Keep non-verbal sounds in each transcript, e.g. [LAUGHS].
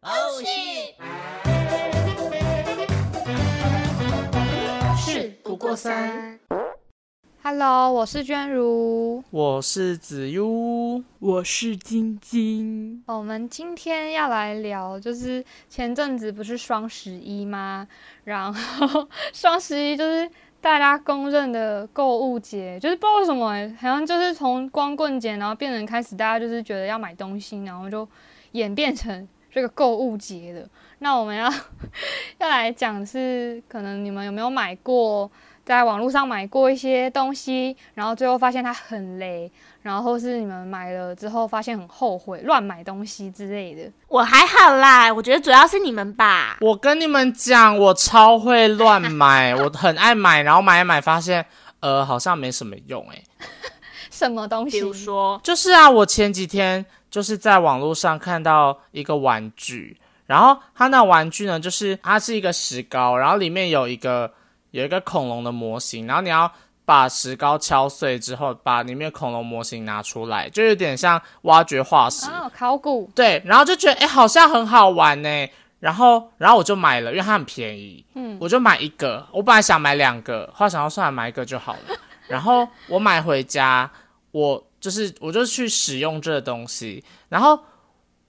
哦过三。 Hello，我是娟如。我是子悠，我是晶晶，我们今天要来聊，就是前阵子不是双十一吗？然后双十一 [LAUGHS] 就是大家公认的购物节，就是不知道为什么、欸，好像就是从光棍节，然后变成开始大家就是觉得要买东西，然后就演变成这个购物节的。那我们要 [LAUGHS] 要来讲是，可能你们有没有买过？在网络上买过一些东西，然后最后发现它很雷，然后是你们买了之后发现很后悔，乱买东西之类的。我还好啦，我觉得主要是你们吧。我跟你们讲，我超会乱买，我很爱买，然后买一买发现，呃，好像没什么用、欸，哎，什么东比西？如说，就是啊，我前几天就是在网络上看到一个玩具，然后它那玩具呢，就是它是一个石膏，然后里面有一个有一个恐龙的模型，然后你要把石膏敲碎之后，把里面的恐龙模型拿出来，就有点像挖掘化石，啊，考古。对，然后就觉得哎、诶好像很好玩呢、然后然后我就买了，因为它很便宜，嗯，我就买一个，我本来想买两个，后来想要算了买一个就好了，然后我买回家，我就是我就去使用这个东西，然后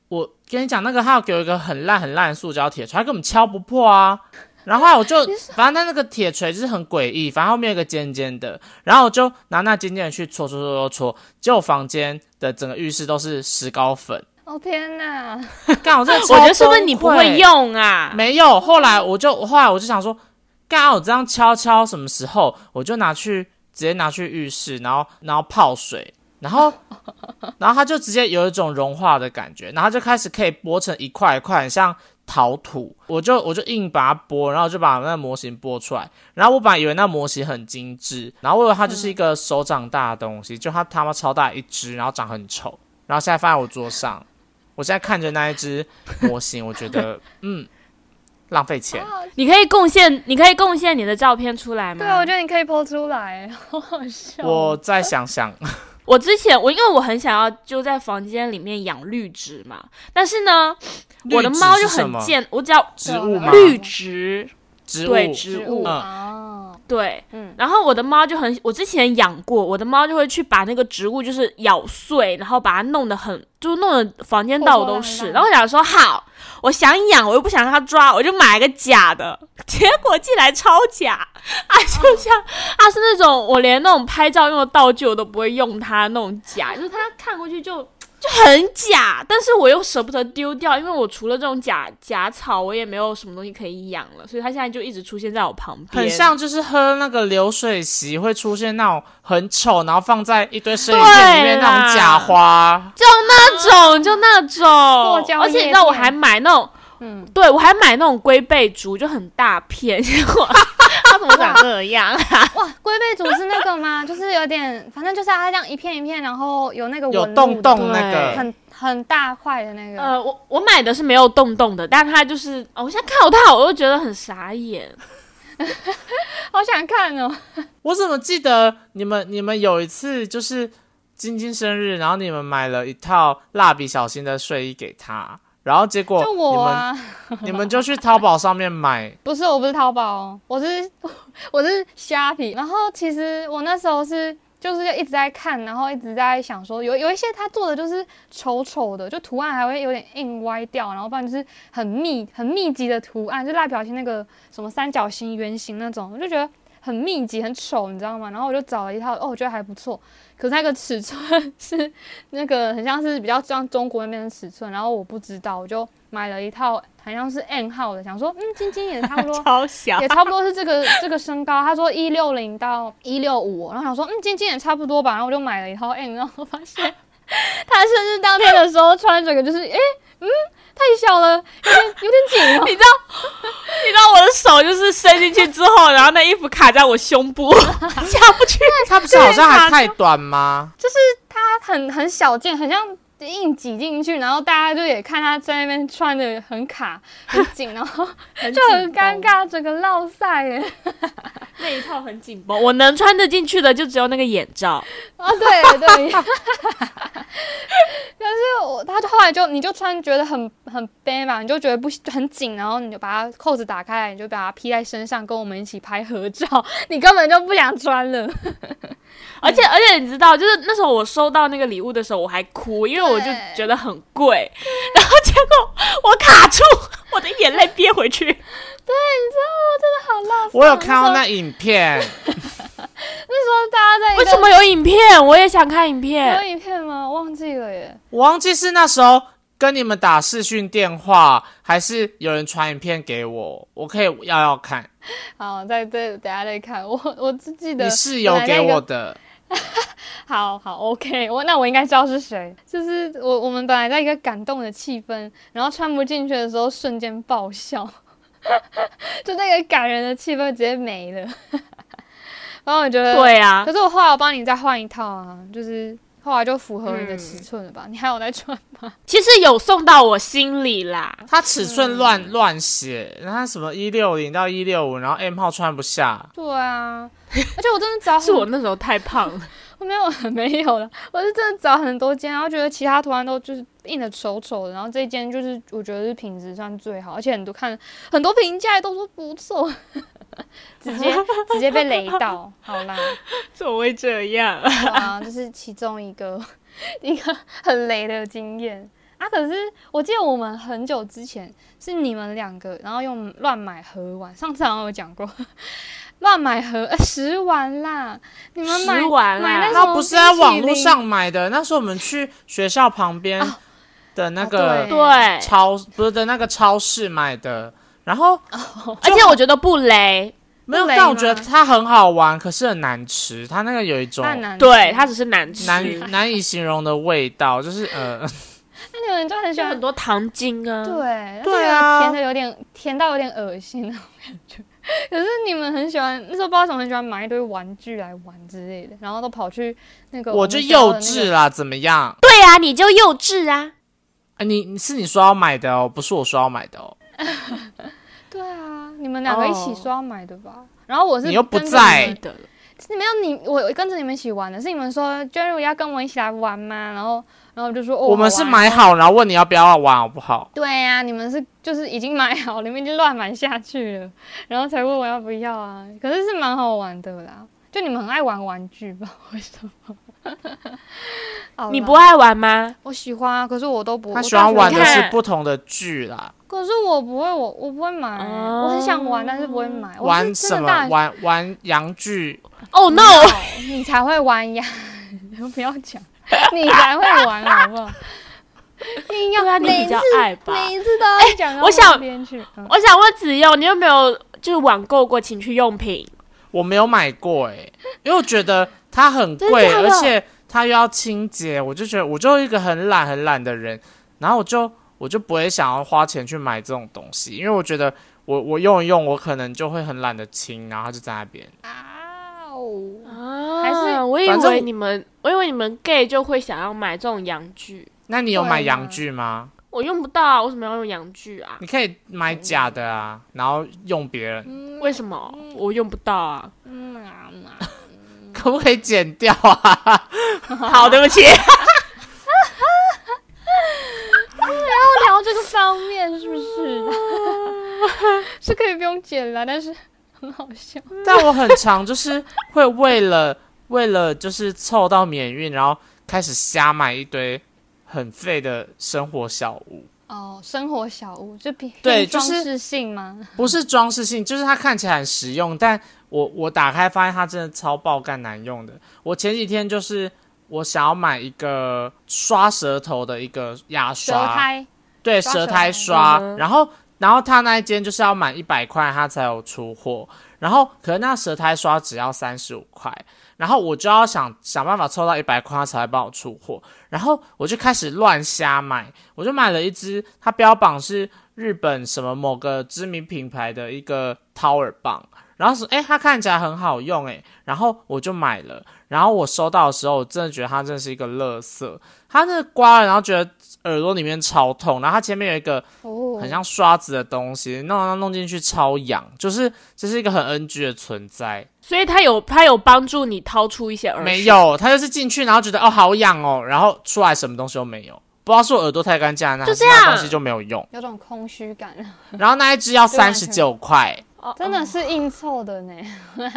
我跟你讲，那个他有给我一个很烂很烂的塑胶铁锤，他根本敲不破啊。然后后来我就，反正他那个铁锤就是很诡异，反正后面有个尖尖的，然后我就拿那尖尖的去戳戳戳戳戳，结果房间的整个浴室都是石膏粉，哦天哪！干，我真的超我觉得是不是崩你不溃会？用啊？没有，后来我就后来我就想说，干，我这样敲敲什么时候？我就拿去直接拿去浴室，然后然后泡水，然后 [LAUGHS] 然后它就直接有一种融化的感觉，然后就开始可以剥成一块一块，很像。陶土，我就我就硬把它剥，然后就把那个模型剥出来。然后我本来以为那模型很精致，然后我以为它就是一个手掌大的东嗯西，就它他妈超大一只，然后长很丑。然后现在放在我桌上，我现在看着那一只模型，我觉 [LAUGHS] 得嗯，浪费钱。你可以贡献，你可以贡献你的照片出来吗？啊对，啊我觉得你可以剖出来， [LAUGHS] 好好笑。我再想想，我之前我因为我很想要就在房间里面养绿植嘛，但是呢， [LAUGHS] 我的绿植猫就是什很么贱，我只要植物吗？绿植，植物，对植物，物嗯啊，对，嗯然后我的猫就很，我之前养过，我的猫就会去把那个植物就是咬碎，然后把它弄得很，就弄得房间到处都破破烂烂是。然后我想说好，我想养，我又不想让它抓，我就买一个假的，结果寄来超假，啊，就像啊它是那种我连那种拍照用的道具我都不会用它那种假，就是它看过去就。就很假，但是我又舍不得丢掉，因为我除了这种假假草，我也没有什么东西可以养了，所以它现在就一直出现在我旁边，很像就是喝那个流水席会出现那种很丑，然后放在一堆生鱼片里面对啦那种假花。那种就那种，胶而且你知道叶片我还买那种，啊嗯，对我还买那种龟背竹，就很大 [LAUGHS] 片，结果它怎么长这样嗯啊？哇，龟背竹是那个吗？ [LAUGHS] 就是有点，反正就是它这样一片一片，然后有那个有纹路洞嗯的洞那对个，很很大块的那个。呃，我我买的是没有洞洞的，但它就是，哦、我现在看到它，我就觉得很傻眼。好想看哦！我怎么记得你们你们有一次就是晶晶生日，然后你们买了一套蜡笔小新的睡衣给她，然后结果就我啊，哦你 [LAUGHS] 们你们就去淘宝上面买，不是，我不是淘宝哦，我是我是虾皮。然后其实我那时候是就是一直在看，然后一直在想说，有有一些它做的就是丑丑的，就图案还会有点硬歪掉，然后不然就是很密很密集的图案，就蜡笔小新那个什么三角形、圆形那种，我就觉得。很密集，很丑，你知道吗？然后我就找了一套，哦，我觉得还不错。可是那个尺寸 [LAUGHS] 是那个很像是比较像中国那边的尺寸，然后我不知道，我就买了一套好像是 N 号的，想说，嗯，晶晶也差不多，超小也差不多是这个这个身高，他说一六零到一六五，然后想说嗯，今天也差不多吧，然后我就买了一套 M，然后发现他生日当天的时候穿这个就是诶，嗯太小了，有点有点紧哦。你知道，你知道我的手就是伸进去之后，然后那衣服卡在我胸 [LAUGHS] 部下不去，她不是好像还太短吗？它很很小件，很像硬挤进去，然后大家就也看他在那边穿的 [LAUGHS] 很卡很紧，然后就很尴尬，整个落塞耶。那一套很紧绷，我能穿得进去的就只有那个眼罩。 [LAUGHS] 啊，对对，但是我他就后来就你就穿觉得很很悲嘛，你就觉得不很紧，然后你就把它扣子打开来，你就把它披在身上，跟我们一起拍合照， [LAUGHS] 你根本就不想穿了。 [LAUGHS] 而嗯且而且你知道，就是那时候我收到那个礼物的时候，我还哭，因为我就对觉得很贵，然后结果我卡住，我的眼泪憋回去。哎好啊浪费，我有看到那影片，那时候大家在一个为什么有影片？我也想看影有片。影片吗？忘记了耶。我忘记是那时候跟你们打视讯电话，还是有人传影片给我，我可以要要看。好，在这等下再看， [LAUGHS] 我我只记得你室友给我的，好好，OK，我那我应该知道是谁。就是我我们本来在一个感动的气氛，然后穿不进去的时候瞬间爆笑， [LAUGHS] 就那个感人的气氛直接没了。然后我觉得，、对啊可，是我后来我帮你再换一套啊，就是后来就符合你的嗯尺寸了吧？你还有在穿？其实有送到我心里啦。他尺寸嗯乱乱写，然后他什么一六零到一六五，然后 M 号穿不下。对啊，而且我真的 [LAUGHS] 找是很我那时候太胖 [LAUGHS] 了，我没有没有了，我是真的找很多间，然后觉得其他图案都就是印的丑丑的，然后这间就是我觉得是品质算最好，而且很多看很多评价都说不错， [LAUGHS] 直接直接被雷到，好啦，怎么会这 [LAUGHS] 样？对啊，这是其中一个一个很雷的经验啊。可是我记得我们很久之前是你们两个，然后用乱买盒碗，上次好像有讲过。 [LAUGHS] 乱买盒呃食玩啦，你们买吃完买那啦种，那不是在网络上买的，那时候我们去学校旁边啊的那啊个对对，超，不是的那个超市买的。然后而且我觉得不雷，没有，不雷但我觉得吗它很好玩，可是很难吃。它那个有一种那难对，吃它只是难吃，难难以形容的味道，就是呃，那你们就很喜就欢很多糖精啊。对，对那啊甜的有点甜到有点恶心那种感觉。可是你们很喜欢，那时候不知道为什么很喜欢买一堆玩具来玩之类的，然后都跑去那个我们就学校的幼那个稚啦，怎么样？对啊，你就幼稚啊。啊你你是你说要买的哦，不是我说要买的哦。对啊，你们两个一起哦说要买的吧？然后我是你又不跟着在你们的，是没有你，我我跟着你们一起玩的，是你们说 Jerry 要跟我一起来玩吗？然后然后我就说、哦、我们好是啊买好，然后问你要不要玩，好不好？对呀、你们是就是已经买好，你们已经乱买下去了，然后才问我要不要啊。可是是蛮好玩的啦，就你们很爱玩玩具吧？为什 [LAUGHS] 么？好啦你不？爱玩吗？我喜欢啊，可是我都不。他我喜大欢学玩的看是看不同的剧啦，可是我不会，我我不会买、哦我很想玩，但是不会买。我玩是什真的么大学玩玩洋剧，哦、没 no！有你才会玩呀！不要讲，你才会玩好 [LAUGHS] 不好？硬要对啊，你每比次较爱吧。每一次都要讲到我想那边去。嗯我想问子佑，你有没有就是网购过情趣用品？我没有买过诶、因为我觉得它很真的贵，假而的且它又要清洁，我就觉得我就是一个很懒很懒的人，然后我就我就不会想要花钱去买这种东西，因为我觉得我我用一用，我可能就会很懒得清，然后它就在那边。啊哦！啊还是我以反正为你们，我以为你们 gay 就会想要买这种洋具，那你有买对啊洋剧吗？我用不到啊，为什么要用洋具啊？你可以买假的啊，然后用别人，嗯为什么我用不到啊？嗯啊嘛，可不可以剪掉啊？ [LAUGHS] 好，对不起，要聊哦这个方面是不是？嗯 [LAUGHS] 是可以不用剪了，但是很好笑。但我很常就是会为了 [LAUGHS] 为了就是凑到免运，然后开始瞎买一堆很废的生活小物，哦，生活小物就偏偏对就装是饰性吗？不是装饰性，就是它看起来很实用，但我我打开发现它真的超爆干难用的。我前几天就是我想要买一个刷舌头的一个牙舌刷，苔对，刷舌舌苔苔刷嗯，哼然后然后他那一间就是要满一百块，他才有出货。然后可是那舌苔刷只要三十五块，然后我就要想想办法凑到一百块，他才会帮我出货。然后我就开始乱瞎买，我就买了一支，它标榜是日本什么某个知名品牌的一个 Tower 棒，然后是哎、它看起来很好用哎、然后我就买了，然后我收到的时候，我真的觉得它真的是一个垃圾，它那刮了，然后觉得耳朵里面超痛，然后它前面有一个哦，很像刷子的东西，弄弄弄进去超痒，就是这是一个很 NG 的存在。所以他有他有帮助你掏出一些耳没屎，有，他就是进去然后觉得哦好痒哦，然后出来什么东西都没有，不知道是我耳朵太干净了，那就还是这样那东西就没有用。有种空虚感，然后那一只要啊就完三全十九块，哦真的是硬凑的呢， [LAUGHS]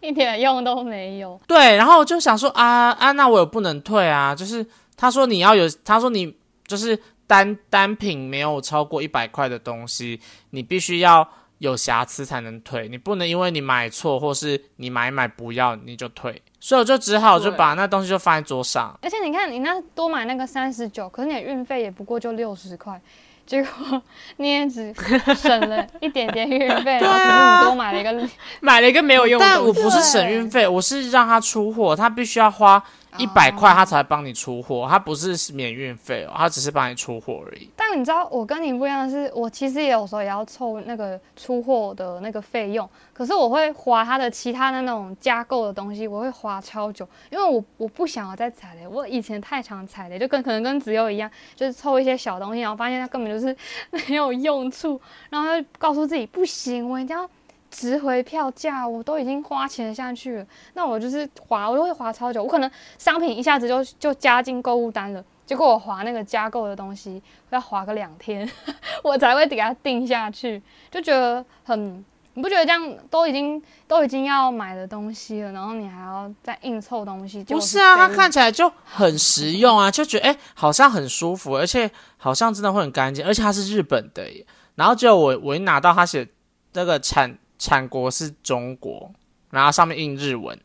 一点用都没有。对，然后我就想说啊啊，那我也不能退啊，就是他说你要有，他说你就是单单品没有超过一百块的东西，你必须要有瑕疵才能退，你不能因为你买错或是你买一买不要你就退，所以我就只好就对把那东西就放在桌上，而且你看，你那多买那个三十九，可是你的运费也不过就六十块，结果你也只省了一点点运 [LAUGHS] 费，然后可啊是你多买了一个买了一个没有用的但我东西，不是省运费，我是让他出货，他必须要花一哦百块，他才帮你出货，他不是免运费哦，他只是帮你出货而已。但你知道我跟你不一样的是，我其实也有时候也要凑那个出货的那个费用，可是我会划它的其他的那种加购的东西，我会划超久，因为我我不想要再踩雷。我以前太常踩雷，就跟可能跟子悠一样，就是凑一些小东西，然后发现它根本就是 [LAUGHS] 没有用处，然后就告诉自己不行，我一定要。值回票价，我都已经花钱下去了，那我就是划，我就会划超久。我可能商品一下子就就加进购物单了，结果我划那个加购的东西，要划个两天， [LAUGHS] 我才会给它定下去，就觉得很，你不觉得这样都已经都已经要买的东西了，然后你还要再硬凑东西？不是啊，它他看起来就很实用啊，就觉得哎、诶好像很舒服，而且好像真的会很干净，而且它是日本的耶。然后就我我一拿到它写那个产产国是中国，然后上面印日文，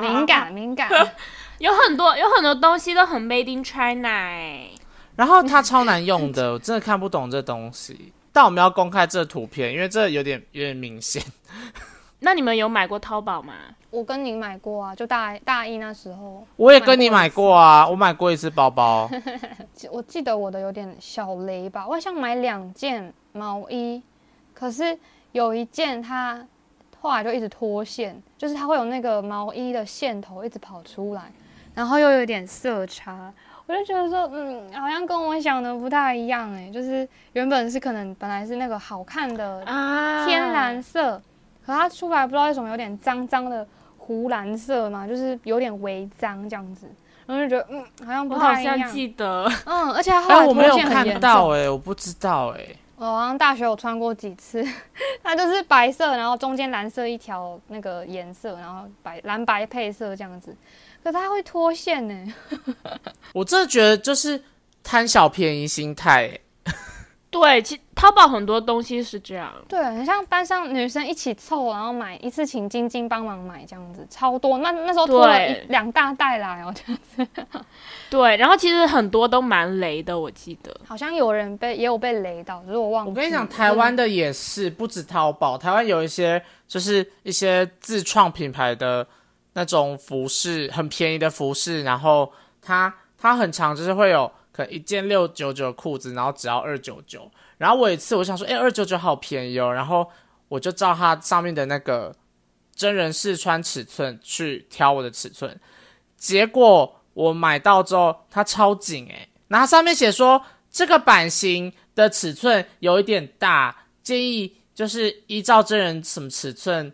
敏感敏感，啊有很多有很多东西都很 made in China，哎然后它超难用的，我真的看不懂这东西。但我们要公开这图片，因为这有点有点明显。那你们有买过淘宝吗？我跟你买过啊，就大大一那时候，我也跟你买过啊，我买过一次包包，记我记得我的有点小雷吧，我好像买两件毛衣，可是有一件它后来就一直脱线，就是它会有那个毛衣的线头一直跑出来，然后又有点色差，我就觉得说，嗯，好像跟我想的不太一样哎、就是原本是可能本来是那个好看的啊天蓝色，可它出来不知道为什么有点脏脏的湖蓝色嘛，就是有点微脏这样子，然后就觉得嗯，好像我不好太一样。像记得，嗯，而且它后哎、来我脱没有线很严看重。到哎、我不知道哎、我好像大学有穿过几次， [LAUGHS] 它就是白色，然后中间蓝色一条那个颜色，然后白蓝白配色这样子。可是它会脱线呢、我真的觉得就是贪小便宜心态、欸。对，其淘宝很多东西是这样，对，很像班上女生一起凑，然后买一次，请晶晶帮忙买这样子，超多。那那时候拖了一对两大袋来哦，就对，然后其实很多都蛮雷的，我记得。好像有人被也有被雷到，只是我忘记。嗯我跟你讲，台湾的也是，不止淘宝，台湾有一些就是一些自创品牌的那种服饰，很便宜的服饰，然后它它很长，就是会有可能一件六九九裤子，然后只要二九九。然后我有一次我想说，哎、2二九九好便宜哦，然后我就照它上面的那个真人试穿尺寸去挑我的尺寸，结果我买到之后它超紧哎、然后它上面写说这个版型的尺寸有一点大，建议就是依照真人什么尺寸，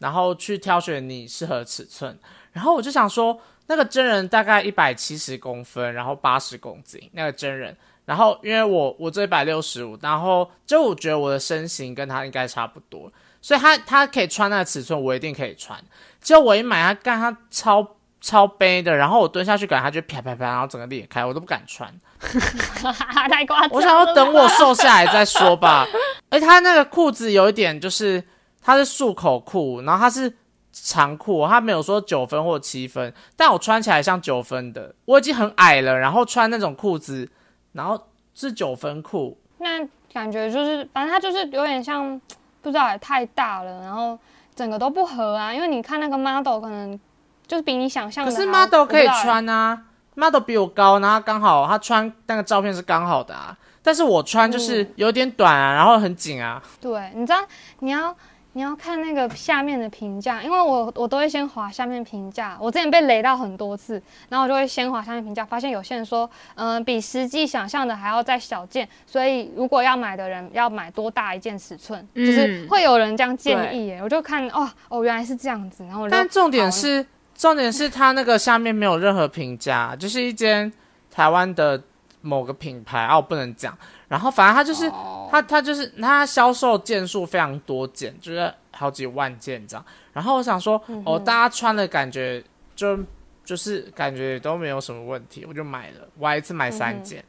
然后去挑选你适合的尺寸。然后我就想说，那个真人大概一百七十公分，然后八十公斤，那个真人。然后因为我我这一百六十五，然后就我觉得我的身形跟他应该差不多，所以他他可以穿那个尺寸，我一定可以穿。结果我一买他干他超超背的，然后我蹲下去感觉他就啪啪啪，然后整个裂开，我都不敢穿。 [LAUGHS] 太夸张了吧。我想要等我瘦下来再说吧。而且他那个裤子有一点就是，它是束口裤，然后它是长裤，哦它没有说九分或七分，但我穿起来像九分的。我已经很矮了，然后穿那种裤子，然后是九分裤，那感觉就是，反正它就是有点像，不知道也太大了，然后整个都不合啊。因为你看那个 model 可能就是比你想象可的还是要， model 可以我不知道欸穿啊。妈都比我高，然后她刚好她穿那个照片是刚好的啊，但是我穿就是有点短啊，然后很紧啊，对，你知道你要你要看那个下面的评价，因为我我都会先划下面评价。我之前被雷到很多次，然后我就会先划下面评价，发现有些人说，嗯、比实际想象的还要再小件，所以如果要买的人要买多大一件尺寸，就是嗯会有人这样建议耶。我就看哦哦原来是这样子，然后我就但重好点是，重点是它那个下面没有任何评价，就是一间台湾的某个品牌啊，我不能讲。然后反正它就是哦它它就是它销售件数非常多件，就是好几万件这样。然后我想说，嗯哦，大家穿的感觉就就是感觉都没有什么问题，我就买了，我还一次买三件。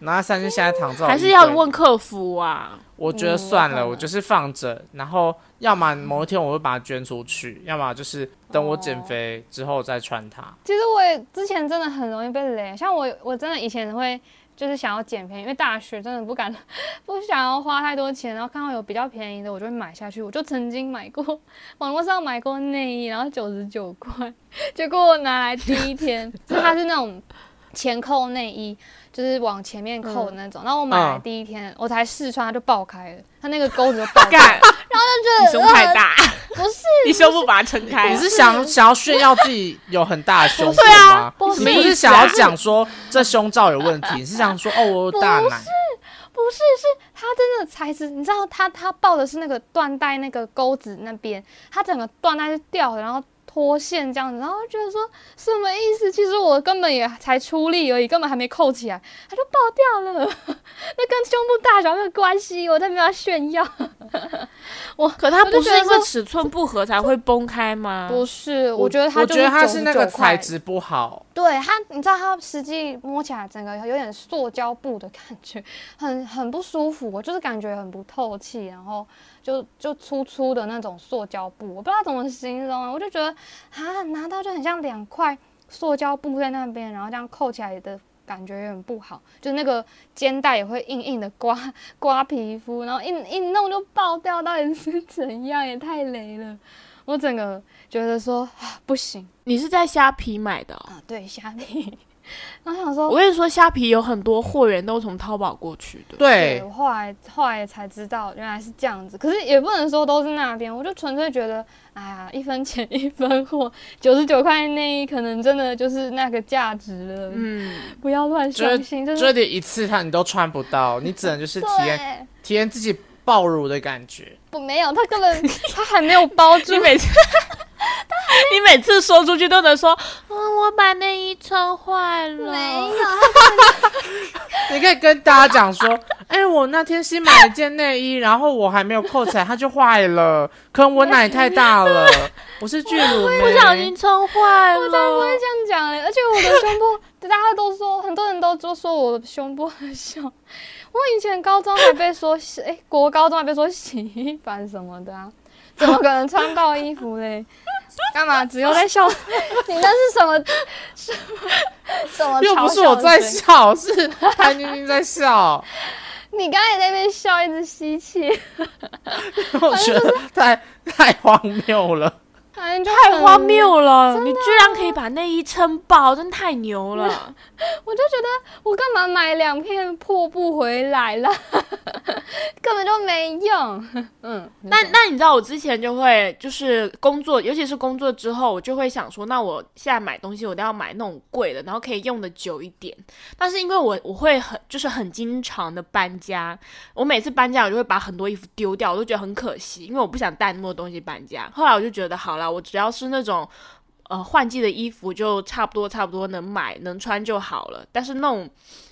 然后三件现在躺在我嗯还是衣要柜里问客服啊。我觉得嗯算我了，懂我了就是放着，然后要么某一天我会把它捐出去，要么就是等我哦减肥之后再穿它。其实我也之前真的很容易被雷，像我我真的以前会就是想要捡便宜，因为大学真的不敢 [LAUGHS] 不想要花太多钱，然后看到有比较便宜的我就会买下去。我就曾经买过 [LAUGHS] 网络上买过内衣，然后九十九块， [LAUGHS] 结果我拿来第一天， [LAUGHS] 就是它是那种前扣内衣，就是往前面扣的那种。然后我买来嗯第一天，我才试穿它就爆开了，它那个钩子就爆 [LAUGHS] 开干了，然你后就胸觉得太，大，呃不是 [LAUGHS] 你胸部把它撑开啊你。是想想要炫耀自己有很大的胸部吗？不是你不是想啊要讲说这胸罩有问题，你是想说哦我有大奶？不是，是它真的材质，你知道它它抱的是那个缎带那个钩子那边，它整个缎带是掉的，然后脱线这样子，然后觉得说什么意思？其实我根本也才出力而已，根本还没扣起来，它就爆掉了， [LAUGHS] 那跟胸部大小没有关系，我在没有要炫耀。嗯可它不我就觉得是因为说尺寸不合才会崩开吗？不是，我觉得它我就觉得它是99那个材块质不好，对它，你知道它实际摸起来整个有点塑胶布的感觉，很很不舒服，我就是感觉很不透气，然后就就粗粗的那种塑胶布，我不知道怎么形容啊，我就觉得啊，拿到就很像两块塑胶布在那边，然后这样扣起来的感觉有点不好，就那个肩带也会硬硬的刮刮皮肤，然后一一弄就爆掉，到底是怎样？也太雷了，我整个觉得说啊不行你是在虾皮买的哦、啊，对 [LAUGHS] 下面，然后想说我跟你说，虾皮有很多货源都从淘宝过去的。对我后来后来才知道原来是这样子，可是也不能说都是那边，我就纯粹觉得，哎呀，一分钱 [LAUGHS] 一分货，九十九块内衣可能真的就是那个价值了，嗯，不要乱就是相信，就就是是得一次它你都穿不到，你只能就是体验对，体验自己爆乳的感觉。我没有，他根本他还没有包 [LAUGHS] 住你，每 [LAUGHS] 次你每次说出去都能说，嗯，我把内衣撑坏没了。有，你可以跟大家讲说，哎、我那天新买了件内衣，然后我还没有扣起来，它就坏了，可能我奶太大了，我是巨乳不小妹心。撑坏我才不会了，这样讲哎、而且我的胸部， [LAUGHS] 大家都说，很多人都都说我的胸部很小。我以前高中还被说洗，哎、国高中还被说洗衣板什么的啊，怎么可能穿到衣服嘞？干嘛？只有在笑？你那是什么什么？什么嘲笑的又不是我在声音，笑，是潘晶晶在笑。 [LAUGHS] 你刚才在那边笑，一直吸气，我觉得太太荒谬了。反正就太很荒。谬了！你居然可以把内衣撑爆，真太牛了！我就觉得我干嘛买两片破布回来啦？根本就没用。嗯，那那你知道我之前就会就是工作，尤其是工作之后，我就会想说，那我现在买东西我都要买那种贵的，然后可以用的久一点。但是因为我我会很就是很经常的搬家，我每次搬家我就会把很多衣服丢掉，我都觉得很可惜，因为我不想带那么多东西搬家。后来我就觉得好啦，我只要是那种。呃，换季的衣服就差不多，差不多能买能穿就好了。但是那种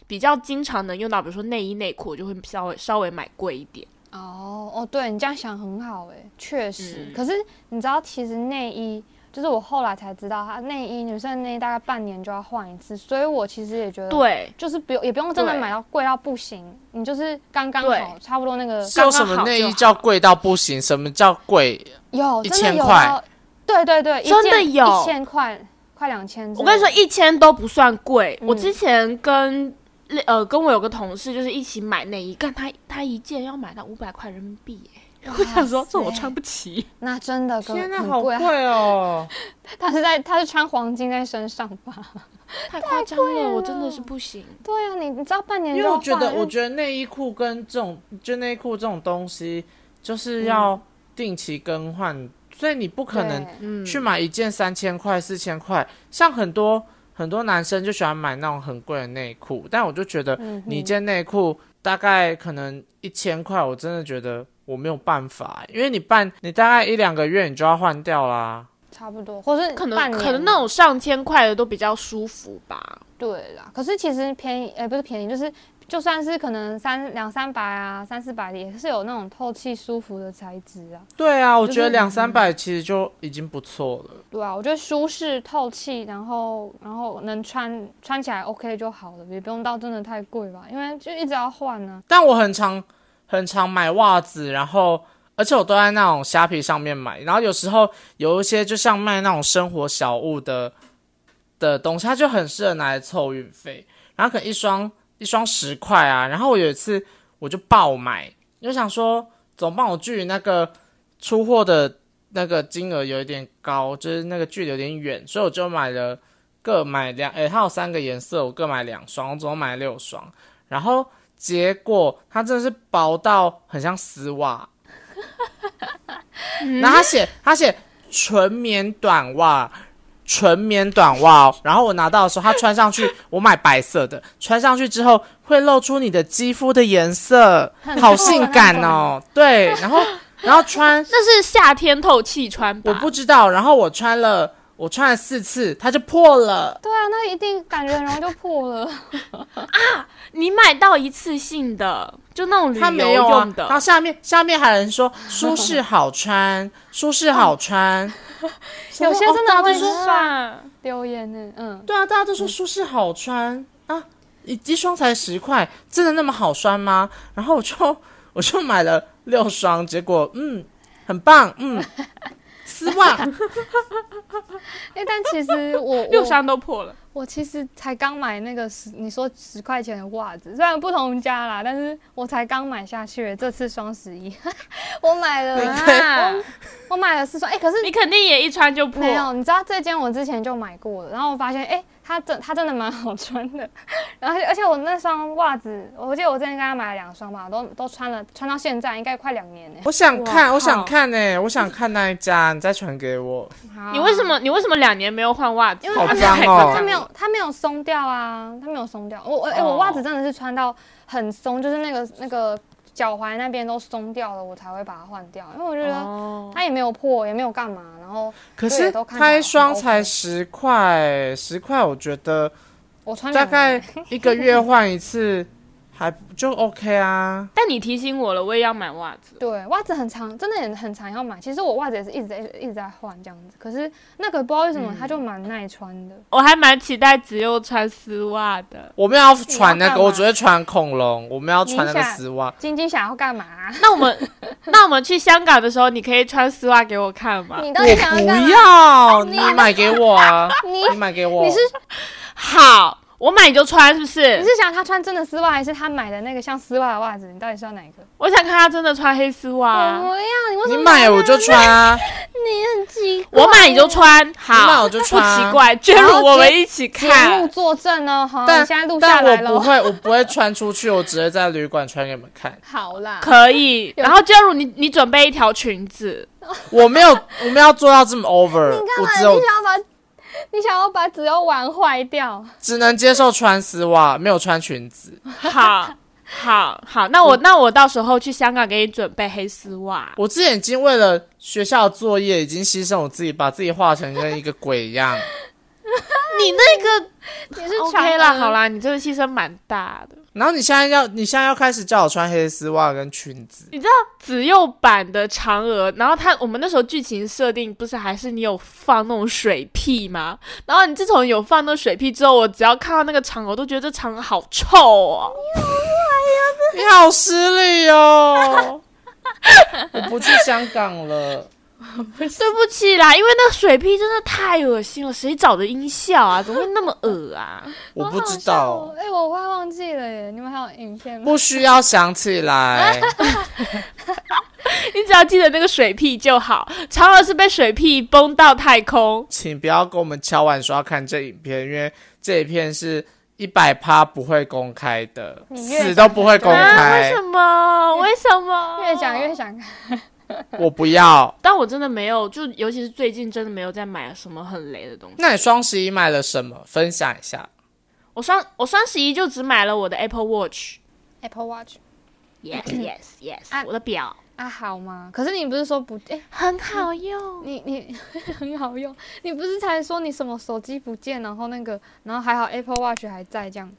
比较经常能用到，比如说内衣内裤，我就会稍微稍微买贵一点。哦哦，对你这样想很好哎，确实。嗯可是你知道，其实内衣就是我后来才知道，它内衣女生的内衣大概半年就要换一次，所以我其实也觉得，，对，就是不用也不用真的对买到贵到不行，你就是刚刚对好，差不多那个是有什么内衣叫贵到不行？什么叫贵？有真的1000有块到，对对对，一真的件有一千块，快两千。我跟你说，，一千都不算贵。嗯我之前跟呃跟我有个同事就是一起买内衣，干他他一件要买到五百块人民币耶，我想说，这我塞穿不起。那真的跟天哪，很好贵啊，贵哦！他是在他是穿黄金在身上 [LAUGHS] 吧？太夸张了，我真的是不行。对啊，你你知道半年因就为要我觉得，换我觉得内衣裤跟这种就内衣裤这种东西，就是要定期更换，所以你不可能嗯对嗯，去买一件三千块、四千块。像很多很多男生就喜欢买那种很贵的内裤，但我就觉得嗯哼你一件内裤大概可能一千块，我真的觉得我没有办法，欸因为你办你大概一两个月你就要换掉啦。差不多，或是可能半年可能那种上千块的都比较舒服吧。对啦，可是其实便宜，哎、不是便宜，就是就算是可能三两三百啊，三四百的，也是有那种透气舒服的材质啊。对啊，我是觉得两三百其实就已经不错了。对啊，我觉得舒适透气，然后然后能穿穿起来 OK 就好了，也不用到真的太贵吧，因为就一直要换啊呢、但我很常很常买袜子，然后而且我都在那种虾皮上面买，然后有时候有一些就像卖那种生活小物的的东西，它就很适合拿来凑运费，然后可能一双一双十块啊，然后我有一次我就爆买，就想说总帮我距离那个出货的那个金额有一点高，就是那个距离有点远，所以我就买了各买两，诶、它有三个颜色，我各买两双，我总共买了六双，然后结果它真的是薄到很像丝袜，然后他写他写纯棉短袜，纯棉短袜哦、然后我拿到的时候，它穿上去，我买白色的，穿上去之后会露出你的肌肤的颜色，很好透性的那感哦，对，然后然后穿那是夏天透气穿吧？我不知道，然后我穿了我穿了四次，它就破了。对啊，那一定感觉很容易就破了。你买到一次性的，就那种旅它没游有啊用，的。然后下面下面还有人说舒适好穿，舒适好穿，有些真的会说刷留言呢、嗯，对啊，大家都说舒适好穿、啊，一一双才十块，真的那么好穿吗？然后我就 [LAUGHS] 我就买了六双，结果嗯，很棒，嗯，丝袜哎、但其实我六我箱都破了，我其实才刚买那个十，你说十块钱的袜子，虽然不同家啦，但是我才刚买下去，这次双十一 [LAUGHS] 我买了， [LAUGHS] 啊我我买了四双，哎、可是你肯定也一穿就破。没有，你知道这件我之前就买过了，然后我发现，哎、它真它真的蛮好穿的， [LAUGHS] 然后而且我那双袜子，我记得我之前跟他买了两双吧，都都穿了，穿到现在应该快两年呢、我想看，哇我想靠看呢、我想看那一家，你再传给我。好你为什么你为什么两年没有换袜子？啊因为好它没脏有，哦它没有，它没有松掉啊，它没有松掉。我我哎、哦我袜子真的是穿到很松，就是那个那个脚踝那边都松掉了，我才会把它换掉，因为我觉得哦，它也没有破，也没有干嘛，然后可对是都看起来它一双很 OK 才十块，十块我觉得我穿大两年概一个月换一次，还就 OK 啊。但你提醒我了，我也要买袜子。对，袜子很长，真的也很常要买。其实我袜子也是一直在一直在换这样子，可是那个不知道为什么它嗯就蛮耐穿的。我还蛮期待只有穿丝袜 [LAUGHS] 的。我们要传那干个，我嘛只会传恐龙，我们 [LAUGHS] 要你传那个想丝袜。金金想要干嘛、啊那我们那我们去香港的时候，你可以穿丝袜给我看吗？ [LAUGHS] 你我到底想要干不嘛？要，你你买给我 [LAUGHS] 啊！你你买给我。你是好，我买你就穿，是不你是？是想他穿真的丝袜，还是他买的那个像丝袜的袜子？你到底是要哪一个？我想看他真的穿黑丝袜我不啊。要，你为什你么买我就穿 [LAUGHS] 啊！你很奇怪？我买你就穿，你买好，我就不穿奇怪。娟如，好我们一起节看目。作证哦，好，但你现在录下但来我不喽。会，我不会穿出去，我只会在旅馆穿给你们看。好啦，可以，有然后娟如你你准备一条裙子，我没有，我们要做到这么 over，我只有你想要把，你想要把只要玩坏掉。只能接受穿丝袜，没有穿裙子。好，好，好，那我那我到时候去香港给你准备黑丝袜，我之前已经为了学校的作业，已经牺牲我自己，把自己画成跟一个鬼一样。你那个你是 OK 啦，好啦，啦，你这个牺牲蛮大的。然后你现在要，你现在要开始叫我穿黑丝袜跟裙子。子幼版的嫦娥，然后他我们那时候剧情设定不是还是你有放那种水屁吗？然后你自从有放那水屁之后，我只要看到那个嫦娥，我都觉得这嫦娥好臭哦。你好失礼哦！我不去香港了，对不起啦，因为那个水屁真的太恶心了，谁找的音效啊？怎么会那么恶啊？我不好知笑道哦，哎、我快忘记了耶，你们还有影片吗？不需要想起来。 [LAUGHS] 你只要记得那个水屁就好。嫦娥是被水屁崩到太空，请不要跟我们敲碗说要看这影片，因为这一片是一百趴不会公开的，你越死都不会公啊！为开什。么？为什么？越讲越想看，我不要。 [LAUGHS] 但我真的没有，就尤其是最近真的没有在买什么很雷的东西。那你双十一买了什么？分享一下。我双我双十一就只买了我的 Apple Watch。 Apple Watch Yes yes yes，、啊我的表啊好吗？可是你不是说不哎、很好用。你你 [LAUGHS] 很好用，你不是才说你什么手机不见，然后那个，然后还好 Apple Watch 还在这样。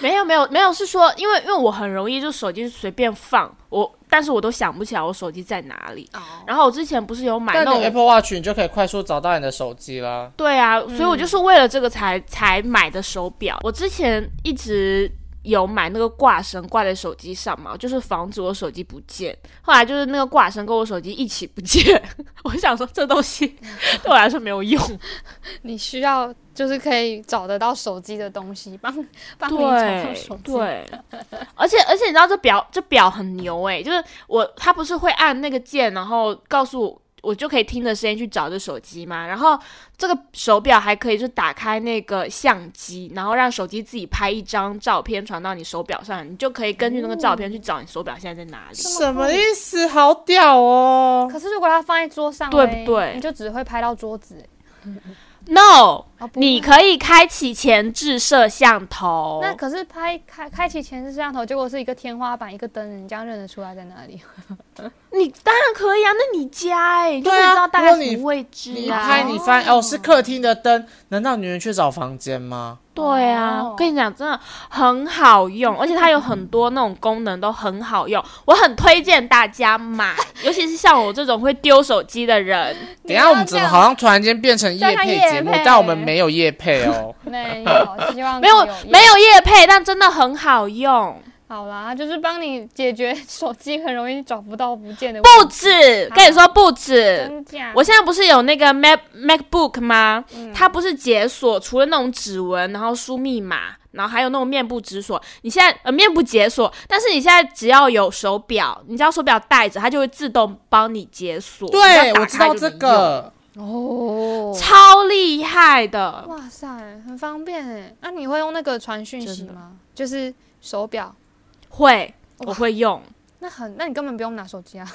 没有没有没有，是说因为因为我很容易就手机随便放，我但是我都想不起来我手机在哪里。哦，然后我之前不是有买但那你种。 Apple Watch 你就可以快速找到你的手机啦。对啊，所以我就是为了这个才、才买的手表。我之前一直有买那个挂绳挂在手机上嘛，就是防止我手机不见。后来就是那个挂绳跟我手机一起不见， [LAUGHS] 我想说这东西对我来说没有用。你需要就是可以找得到手机的东西，帮 [LAUGHS] 帮你找到手对机。，对，而且而且你知道这表这表很牛诶、就是我它不是会按那个键，然后告诉我。我就可以听着声音去找这手机嘛，然后这个手表还可以就打开那个相机，然后让手机自己拍一张照片传到你手表上，你就可以根据那个照片去找你手表现在在哪里。什么意思？好屌哦！可是如果它放在桌上对嘞，不对你就只会拍到桌子欸。 No，哦，不你会可以开启前置摄像头。那可是拍开开启前置摄像头，结果是一个天花板一个灯，你这样认得出来在哪里？ [LAUGHS] 你当然可以啊，那你家诶、你就可以对啊知道大如概果什你么位置啊。你一拍你发现哦是客厅的灯，难道你会去找房间吗？对啊，哦嗯我跟你讲，真的很好用，而且它有很多那种功能都很好用，我很推荐大家 [LAUGHS] 买，尤其是像我这种会丢手机的人。等一下我们怎么好像突然间变成夜配节叫他目业配？但我们没有夜配 [LAUGHS] 哦。 [LAUGHS] 没 [LAUGHS] 有，希望没有有没有夜配，但真的很好用，好啦，就是帮你解决手机很容易找不到不见的不问题。止，跟你说不止。嗯真啊假？我现在不是有那个 Mac MacBook 吗？嗯它不是解锁，除了那种指纹，然后输密码，然后还有那种面部解锁。你现在呃面部解锁，但是你现在只要有手表，你只要手表戴着，它就会自动帮你解锁。你只对要，打我知道开就这能个，哦用，，超厉害的。哇塞，很方便哎。那、你会用那个传讯息真的吗？就是手表，会，哦哇哦我会用。那很，那你根本不用拿手机啊，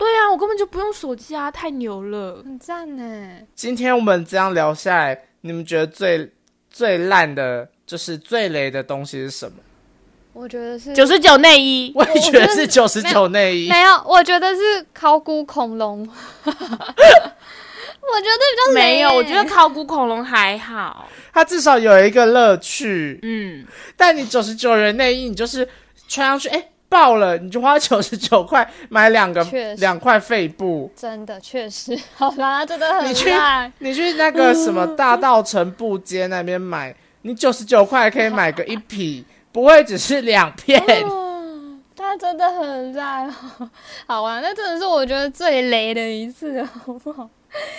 对啊，我根本就不用手机啊，太牛了。 [LAUGHS] 很赞呢。今天我们这样聊下来，你们觉得最最烂的，就是最雷的东西是什么？ [LAUGHS] 我觉得是九十九内衣，我也觉得是九十没九内衣，没有，我觉得是考古恐 [LAUGHS] 龙。我觉得比较雷没有，耶我觉得考古恐龙还好。它至少有一个乐趣。嗯，但你九十九元内衣，你就是穿上去，哎、爆了，你就花九十九块买两个确实两块废布。真的确实， [LAUGHS] 好啦，真的你很去烂。你去那个什么大道城布街那边买，你九十九块可以买个一匹，不会只是两片。嗯，他真的很烂哦， [LAUGHS] 好啊，那真的是我觉得最雷的一次 [LAUGHS] 了，好不好？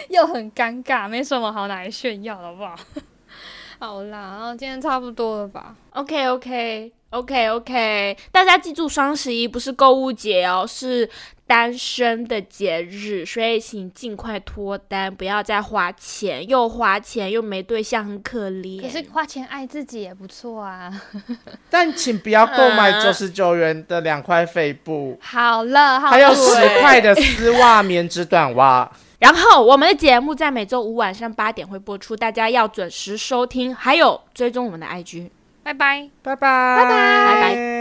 又很尴尬，没什么好拿来炫耀的，好不 [LAUGHS] 好？好啦，然后今天差不多了吧？ OK OK OK OK，大家记住，双十一不是购物节哦，是单身的节日，所以请尽快脱单，不要再花钱，又花钱又没对象，很可怜。可是花钱爱自己也不错啊。但请不要购买啊九十九元的两块废布，好了，好了，还有十块的丝袜、棉质短袜。然后我们的节目在每周五晚上八点会播出，大家要准时收听，还有追踪我们的 IG。拜拜。拜拜，拜拜拜。